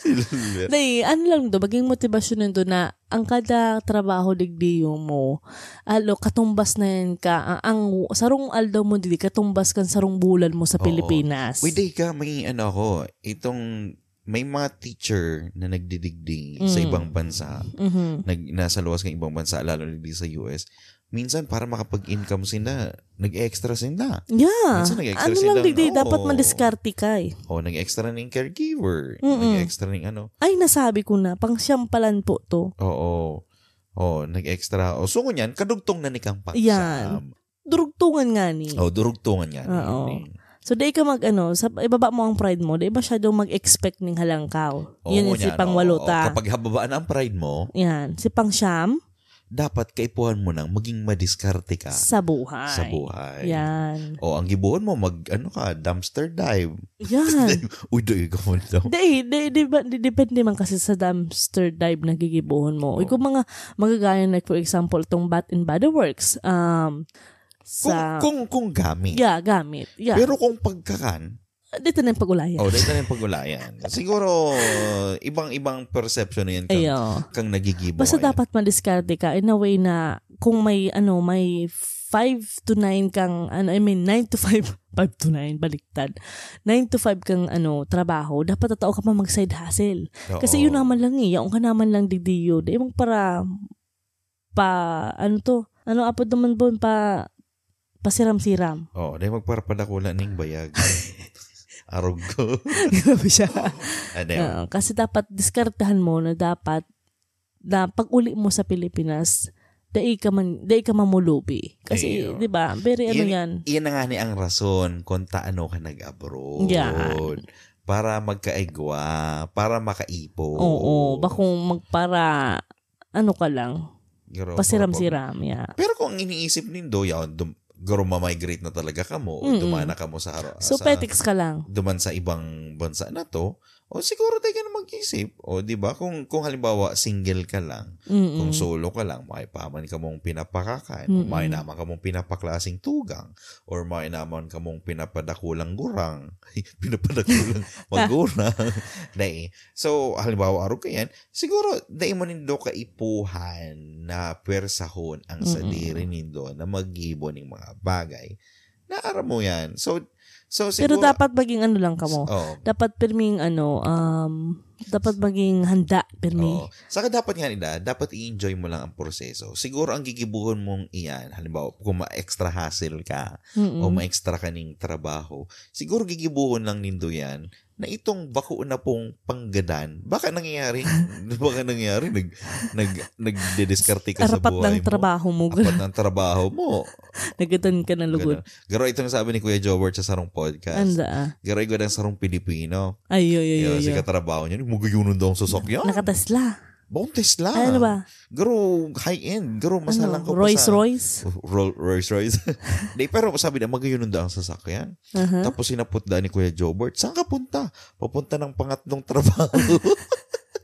Speaker 1: Hindi, ano lang do, baging motivasyon nito na ang kada trabaho digdiyo mo, alo, katumbas na yan ka, ang, ang sarong aldaw mo digdi, katumbas kan sarong bulan mo sa
Speaker 2: Oo.
Speaker 1: Pilipinas.
Speaker 2: Uy, day ka, may ano ako, itong, may mga teacher na nagdidigding sa
Speaker 1: Mm.
Speaker 2: ibang bansa,
Speaker 1: Mhm.
Speaker 2: nag, nasa luwas ng ibang bansa, lalo na di sa US, minsan para makapag-income sila, nag-extra sila.
Speaker 1: Yeah.
Speaker 2: Minsan nag-extra
Speaker 1: Ano
Speaker 2: sila
Speaker 1: lang,
Speaker 2: ng-
Speaker 1: digdi, dapat
Speaker 2: oo.
Speaker 1: madiskarte ka eh.
Speaker 2: O, nag-extra ng caregiver,
Speaker 1: Mm-mm.
Speaker 2: nag-extra ng ano,
Speaker 1: Ay, nasabi ko na, pang siyampalan po to.
Speaker 2: oo, o, nag-extra, o, so ngunyan, kadugtong na ni kang
Speaker 1: Yan.
Speaker 2: pagsam.
Speaker 1: Durugtungan nga ni.
Speaker 2: O, durugtungan yan.
Speaker 1: Oo.
Speaker 2: Yun eh.
Speaker 1: So, di ka mag, ano, sa, ibaba mo ang pride mo, di masyadong mag-expect ng halangkaw.
Speaker 2: Oo,
Speaker 1: Yan yung si
Speaker 2: ngunyan, oo,
Speaker 1: pangwalo
Speaker 2: oo.
Speaker 1: ta.
Speaker 2: Kapag hababaan ang pride mo,
Speaker 1: Yan. Si pang siyam,
Speaker 2: dapat kaipuhan mo nang maging madiskarte ka
Speaker 1: Sa buhay.
Speaker 2: Ah, sa buhay.
Speaker 1: Yan.
Speaker 2: O ang gibuon mo, mag, ano ka, dumpster dive. *laughs*
Speaker 1: Yan. eh,
Speaker 2: Uy, doy ka mo daw.
Speaker 1: Di, di, di, ba, di, depende man kasi sa dumpster dive na gigibuhon mo. O kung mga, magagaya like for example, tong Bat and Body Works, um,
Speaker 2: Kung,
Speaker 1: sa,
Speaker 2: kung, kung gamit.
Speaker 1: yeah, gamit. Yeah.
Speaker 2: Pero kung pagkakan,
Speaker 1: Dito na yung pag-ulayan.
Speaker 2: oh, dahil na yung
Speaker 1: *laughs*
Speaker 2: pag-ulayan. Siguro, uh, ibang-ibang perception na yan kang,
Speaker 1: Ayo.
Speaker 2: kang nagigibo.
Speaker 1: Basta
Speaker 2: ngayon.
Speaker 1: dapat madiskarte ka in a way na kung may ano, may 5 to 9 kang ano, I mean 9 to *laughs* 5, 5 to 9 baliktad. 9 to 5 kang ano, trabaho, dapat totoo ka pa mag side hustle.
Speaker 2: Oo.
Speaker 1: Kasi yun naman lang eh, yaong ka naman lang digdiyo. Di mong para pa ano to? Ano apod naman bon pa pasiram-siram.
Speaker 2: Oo, oh, dahil magparapadakula ning bayag. Arog
Speaker 1: *laughs*
Speaker 2: ko.
Speaker 1: *laughs* Grabe siya.
Speaker 2: Ano yun?
Speaker 1: Oo, kasi dapat diskartahan mo na dapat na pag uli mo sa Pilipinas, dai ka man, dai ka mamulubi. Kasi,
Speaker 2: Ayun.
Speaker 1: 'di ba? Very ano
Speaker 2: Yun-
Speaker 1: 'yan.
Speaker 2: Iyan na nga ni ang rason kung taano ka nag-abroad.
Speaker 1: Yan.
Speaker 2: Para magkaigwa, para makaipo.
Speaker 1: Oo, bakong magpara ano ka lang,
Speaker 2: Garo,
Speaker 1: pasiram-siram ya.
Speaker 2: Pero kung ang iniisip nindo, yaw, dum, garo mamigrate na talaga ka mo, o
Speaker 1: Mm-mm.
Speaker 2: dumana ka mo sa haro.
Speaker 1: So
Speaker 2: sa,
Speaker 1: petics ka lang.
Speaker 2: duman sa ibang bansa na to, o siguro tayo ka na mag-isip. O di ba kung, kung halimbawa single ka lang,
Speaker 1: Mm.
Speaker 2: kung solo ka lang, makipaman ka mong pinapakakan,
Speaker 1: Mm-mm.
Speaker 2: may naman ka mong pinapaklasing tugang, or may naman ka mong pinapadakulang gurang, *laughs*
Speaker 1: *laughs*
Speaker 2: pinapadakulang magurang. *laughs* Dai. So, halimbawa, araw ka yan, siguro, dai mo nindo kaipuhan na persahon ang
Speaker 1: Mm-mm.
Speaker 2: sadiri nindo na mag-ibon ng mga bagay. Naara mo yan. So, so
Speaker 1: Pero
Speaker 2: siguro, Oh,
Speaker 1: dapat maging ano lang ka mo.
Speaker 2: Oo.
Speaker 1: Dapat pirming ano, um, dapat maging handa, pirmi.
Speaker 2: Oo. Saka dapat nga nila, dapat i-enjoy mo lang ang proseso. Siguro ang gigibuhon mong iyan, halimbawa kung ma-extra hustle ka
Speaker 1: Mm-mm.
Speaker 2: o ma-extra ka ng trabaho, siguro gigibuhon lang nindo yan na itong bako na pong panggadan, baka nangyayari, *laughs* baka nangyayari, nag, nag, nagdediskarte ka sa
Speaker 1: Arapat ng
Speaker 2: buhay mo.
Speaker 1: trabaho mo. *laughs*
Speaker 2: Apat ng trabaho mo.
Speaker 1: Nagatan ka ng lugod.
Speaker 2: Ganun. Garo, ito na sabi ni Kuya Jobert sa Sarong Podcast.
Speaker 1: Anda ah.
Speaker 2: Garo, ikaw ng Sarong Pilipino.
Speaker 1: Ay, ay, ay, ay,
Speaker 2: Yun, si
Speaker 1: ay.
Speaker 2: katrabaho niya, maguyunon daw ang sasakyan.
Speaker 1: Nakatasla.
Speaker 2: Bontes lang.
Speaker 1: Ano ba?
Speaker 2: Garo, high-end. Garo, mas
Speaker 1: Ano,
Speaker 2: lang ko
Speaker 1: Royce
Speaker 2: pa sa...
Speaker 1: Royce?
Speaker 2: *laughs* Roll- Rolls Royce. *laughs* Di, pero sabi na, magayon ang daang sasakyan.
Speaker 1: Aha.
Speaker 2: Tapos sinapot daan ni Kuya Jobert. Saan ka punta? Papunta ng pangatlong trabaho. *laughs*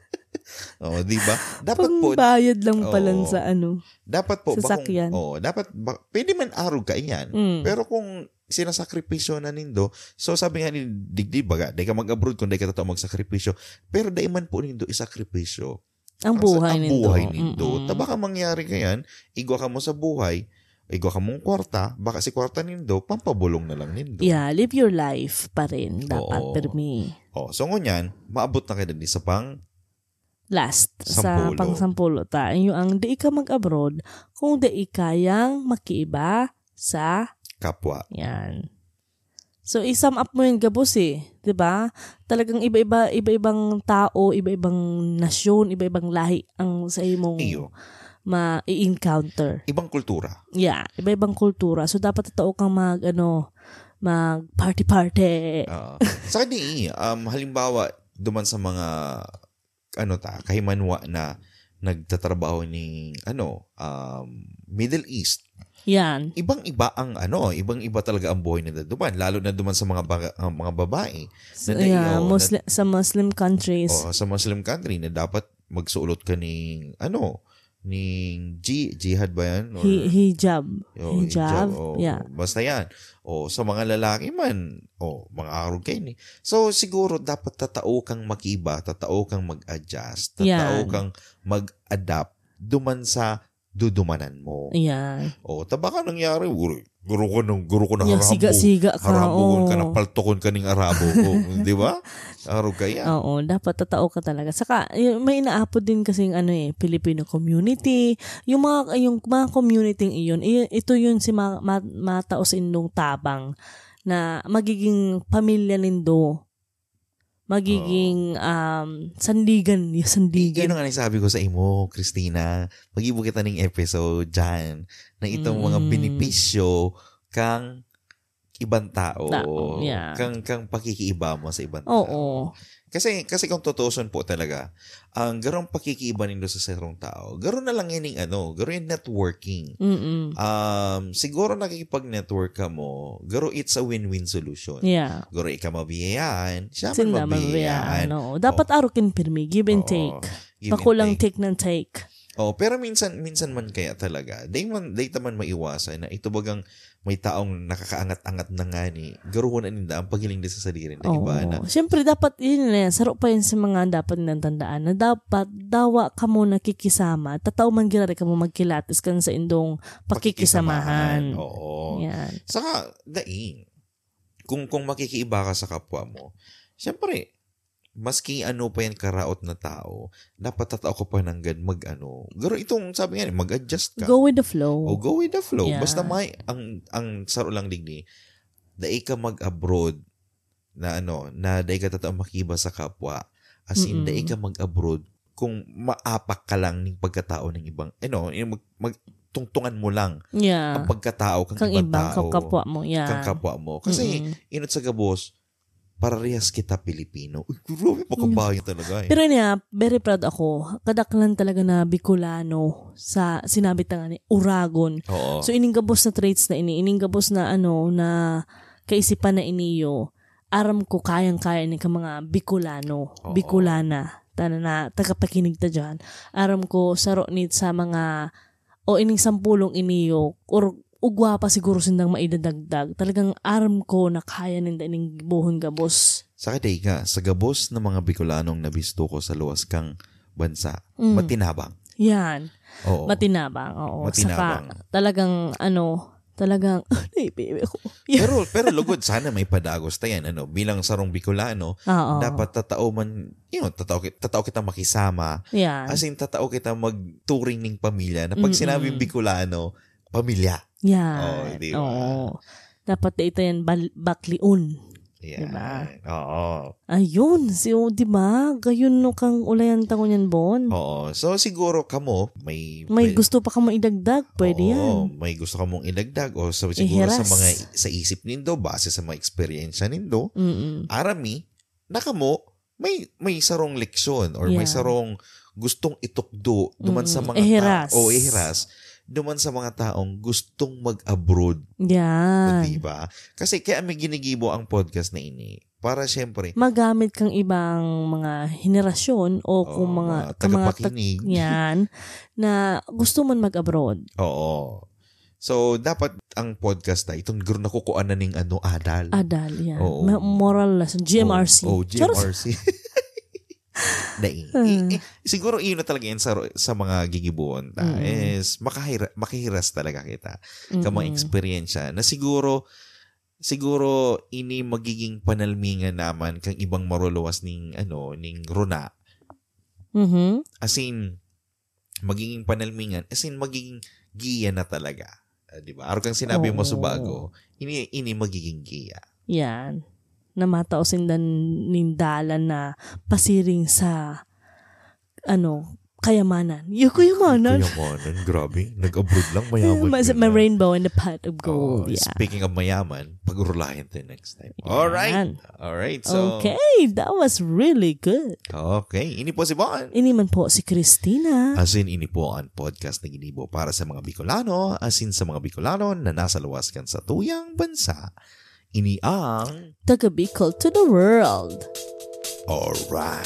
Speaker 2: oh, di ba? Dapat po,
Speaker 1: Pangbayad lang pala
Speaker 2: Oo.
Speaker 1: sa ano.
Speaker 2: dapat po,
Speaker 1: sasakyan.
Speaker 2: Bakong, oh, dapat, ba, pwede man arog ka iyan.
Speaker 1: Mm.
Speaker 2: Pero kung sinasakripisyo na nindo, so sabi nga ni Digdi, baga, di ka mag-abroad kung di ka totoo magsakripisyo. Pero di man po nindo isakripisyo
Speaker 1: ang buhay
Speaker 2: ang
Speaker 1: nito.
Speaker 2: buhay nito.
Speaker 1: Mm-mm.
Speaker 2: Ta baka mangyari ka yan, igwa ka mo sa buhay, igwa ka mong kwarta, baka si kwarta nindo, pampabulong na lang nindo.
Speaker 1: Yeah, live your life pa rin. Dapat
Speaker 2: Oo.
Speaker 1: per me.
Speaker 2: O, Oh, so ngunyan, maabot na kayo din sa pang,
Speaker 1: Last. Sa
Speaker 2: Sampulo.
Speaker 1: pang-sampulo ta. Yung ang di ka mag-abroad kung di kayang makiiba sa
Speaker 2: kapwa.
Speaker 1: yan. So, isum up mo yun, Gabos eh. 'Di ba? Talagang iba-iba, iba-ibang tao, iba-ibang nasyon, iba-ibang lahi ang sa imong
Speaker 2: Iyo,
Speaker 1: ma-encounter.
Speaker 2: ibang kultura.
Speaker 1: Yeah, iba-ibang kultura. So dapat totoo kang mag ano, mag party-party.
Speaker 2: Ah. sa akin din, eh, um, halimbawa, duman sa mga, ano ta, kahimanwa na nagtatrabaho ni, ano, um, Middle East.
Speaker 1: Yan.
Speaker 2: Ibang-iba ang, ano, ibang-iba talaga ang buhay nila duman. Lalo na duman sa mga, baga, ang mga babae.
Speaker 1: So,
Speaker 2: Nandun
Speaker 1: yeah,
Speaker 2: yun, nat-
Speaker 1: Muslim, sa Muslim countries.
Speaker 2: Oo, sa Muslim country na dapat magsuulot ka ng ano, ng ji- jihad ba yan? Or,
Speaker 1: Hi- hijab.
Speaker 2: Oo,
Speaker 1: hijab,
Speaker 2: oo.
Speaker 1: yeah.
Speaker 2: Basta yan. O sa mga lalaki man, o mga araw kayo ni. So siguro dapat tatao kang makiba, tatao kang mag-adjust, tatao
Speaker 1: Yan.
Speaker 2: kang mag-adapt duman sa dudumanan mo.
Speaker 1: Ayan.
Speaker 2: O tabaka nangyari, guro, guro ko ng guro ko ng
Speaker 1: Yung
Speaker 2: harabo.
Speaker 1: siga-siga ka. oo.
Speaker 2: Harabungon ka na, paltokon ka ng arabo.
Speaker 1: *laughs*
Speaker 2: O, di ba? Araw ka yan.
Speaker 1: Oo, dapat tatao ka talaga. Saka, y- may inaapod din kasing ano eh, Filipino community. Yung mga, yung mga community iyon, i- ito yun si ma, ma, mataos indong tabang na magiging pamilya nindo. Magiging
Speaker 2: Oh.
Speaker 1: um, sandigan. Yung
Speaker 2: Yun
Speaker 1: sandigan.
Speaker 2: ang sabi ko sa imo, Christina. Mag-ibo kita ng episode dyan na itong mga
Speaker 1: Mm.
Speaker 2: benepisyo kang ibang tao.
Speaker 1: Tao, oh, yeah.
Speaker 2: Kang, kang pakikiiba mo sa ibang tao.
Speaker 1: Oo.
Speaker 2: Kasi, kasi kung tutuusan po talaga, ang garong pakikiba nindo sa sarong tao, garo na lang yun yung ano, garo yung networking.
Speaker 1: Mm-mm.
Speaker 2: Um, siguro nakikipag-network ka mo, garo it's a win-win solution.
Speaker 1: Yeah.
Speaker 2: Garo ikaw mabiyayaan, siya man
Speaker 1: Sila mabayaan.
Speaker 2: mabiyayaan.
Speaker 1: Oo. Dapat araw kinpirmi. Give and
Speaker 2: Oh. Oo.
Speaker 1: take.
Speaker 2: Give and
Speaker 1: Pakulang
Speaker 2: take.
Speaker 1: take ng take.
Speaker 2: Oh, pero minsan minsan man kaya talaga. Day man day taman maiwasan na ito bagang may taong nakakaangat-angat na nga ni garuhon na ninda ang paghiling din sa salirin ng
Speaker 1: Oo.
Speaker 2: iba na.
Speaker 1: Siyempre, dapat yun na yan. Sarap pa yun sa mga dapat nilang tandaan na dapat dawa ka mo nakikisama. Tataw man ginari ka mo magkilatis kan sa indong pakikisamahan.
Speaker 2: Oo.
Speaker 1: Yan.
Speaker 2: Saka daing kung kung makikiiba ka sa kapwa mo. Siyempre, maski ano pa yan karaot na tao, dapat tatao ka pa ng gan mag ano. Garo itong sabi nga, eh, mag-adjust ka.
Speaker 1: Go with the flow.
Speaker 2: O go with the flow.
Speaker 1: Yeah.
Speaker 2: Basta may ang ang saro lang digni. Dai ka mag-abroad na ano, na dai ka tataong makiba sa kapwa. As
Speaker 1: Mm-mm.
Speaker 2: in, dai ka mag-abroad kung maapak ka lang ng pagkatao ng ibang, ano, yung mag, magtungtungan mo lang ang
Speaker 1: yeah.
Speaker 2: pagkatao kang,
Speaker 1: Ah. Kang
Speaker 2: ibang
Speaker 1: ibang
Speaker 2: tao.
Speaker 1: kapwa mo. Yeah.
Speaker 2: Kang kapwa mo. Kasi,
Speaker 1: Mm-mm.
Speaker 2: inot sa gabos, parehas kita Pilipino. Uy, grabe,
Speaker 1: Mm.
Speaker 2: pakabayan talaga eh.
Speaker 1: Pero niya, very proud ako. Kadaklan talaga na Bicolano sa sinabi tanga ni Uragon.
Speaker 2: Oo.
Speaker 1: So iningabos na traits na ini, iningabos na ano na kaisipan na iniyo. Aram ko kayang-kaya ni ka mga Bicolano,
Speaker 2: Oo.
Speaker 1: Bicolana. Tana na tagapakinig ta diyan. Aram ko saro ni sa mga o ining sampulong iniyo or ugwa pa siguro sindang maidadagdag. Talagang aram ko na kaya ninda ining buhon gabos.
Speaker 2: Saka day ka, sa gabos ng mga Bicolanong nabisto ko sa luwas kang bansa,
Speaker 1: Mm.
Speaker 2: matinabang.
Speaker 1: Yan.
Speaker 2: Oo.
Speaker 1: Matinabang, oo.
Speaker 2: Matinabang.
Speaker 1: Saka, talagang, ano, talagang, *laughs* naibibi ko. Yeah.
Speaker 2: *laughs* pero pero lugod sana may padagos tayan ano bilang sarong Bicolano
Speaker 1: *laughs* Oo.
Speaker 2: dapat tatao man you know, tatao, ki- tatao kita makisama
Speaker 1: Yan.
Speaker 2: as in tatao kita magturing ng pamilya na
Speaker 1: Ah.
Speaker 2: pag
Speaker 1: Mm-mm.
Speaker 2: sinabing Bicolano pamilya
Speaker 1: Yan.
Speaker 2: Oh, di ba?
Speaker 1: Oo. Dapat na ito yan, bal- bakliun.
Speaker 2: yeah.
Speaker 1: Diba?
Speaker 2: oo
Speaker 1: Ayun, si o, di ba? Gayon no kang ulayan tango niyan, Bon.
Speaker 2: oo so siguro kamo may
Speaker 1: May
Speaker 2: pwede-
Speaker 1: gusto pa ka mo idagdag, pwede
Speaker 2: oo,
Speaker 1: yan.
Speaker 2: may gusto ka mong ilagdag o sa, siguro sa
Speaker 1: Ihiras.
Speaker 2: mga sa isip nindo base sa mga eksperyensya nindo
Speaker 1: Mm-mm.
Speaker 2: arami nakamo may may sarong leksyon or may
Speaker 1: Yeah.
Speaker 2: sarong gustong itukdo duman sa
Speaker 1: Mm,
Speaker 2: mga
Speaker 1: ihiras.
Speaker 2: tao o ihiras duman sa mga taong gustong mag-abroad,
Speaker 1: Yan.
Speaker 2: di ba? Kasi kaya may ginigibo ang podcast na ini para syempre
Speaker 1: Magamit kang ibang mga henerasyon o kung
Speaker 2: oh,
Speaker 1: mga, kung mga tag-
Speaker 2: tagapakinig. *laughs*
Speaker 1: yan, na gusto man mag-abroad.
Speaker 2: Oo. So dapat ang podcast na itong guro nakukuan na ning ano adal.
Speaker 1: Adal, yan.
Speaker 2: Oo.
Speaker 1: Ma- Moral lesson. GMRC.
Speaker 2: Oh, oh
Speaker 1: Charot. *laughs*
Speaker 2: GMRC. Dai. I- i- siguro iyon na talaga yan sa, sa mga gigibuon ta
Speaker 1: Mm.
Speaker 2: is makahira, makahiras talaga kita ka mga
Speaker 1: Mm-mm.
Speaker 2: eksperyensya na siguro siguro ini magiging panalmingan naman kang ibang maruluwas ning ano ning runa
Speaker 1: Mhm.
Speaker 2: as in magiging panalmingan as in magiging giya na talaga Ah, di ba araw kang sinabi mo
Speaker 1: Oo.
Speaker 2: subago ini ini magiging giya
Speaker 1: Yan. Namatausin dan nindalan na pasiring sa ano, kayamanan. Yuko yamanan.
Speaker 2: Kayamanan, grabe. Nag-abroad lang, mayaman.
Speaker 1: Ano? *laughs* Mas,
Speaker 2: yun ah.
Speaker 1: may
Speaker 2: lang.
Speaker 1: rainbow in the pot of
Speaker 2: Oh,
Speaker 1: gold. yeah.
Speaker 2: Speaking of mayaman, pag-urulahin tayo next time. Alright.
Speaker 1: Yan.
Speaker 2: Alright. So, okay.
Speaker 1: okay, that was really good.
Speaker 2: Ini po si Bon.
Speaker 1: Ini man po si Christina.
Speaker 2: As in, ini po ang podcast na ginibo para sa mga Bicolano, as in sa mga Bicolano na nasa luwaskan sa tuyang bansa. Ini ang
Speaker 1: Taga Bicol to the world.
Speaker 2: Alright.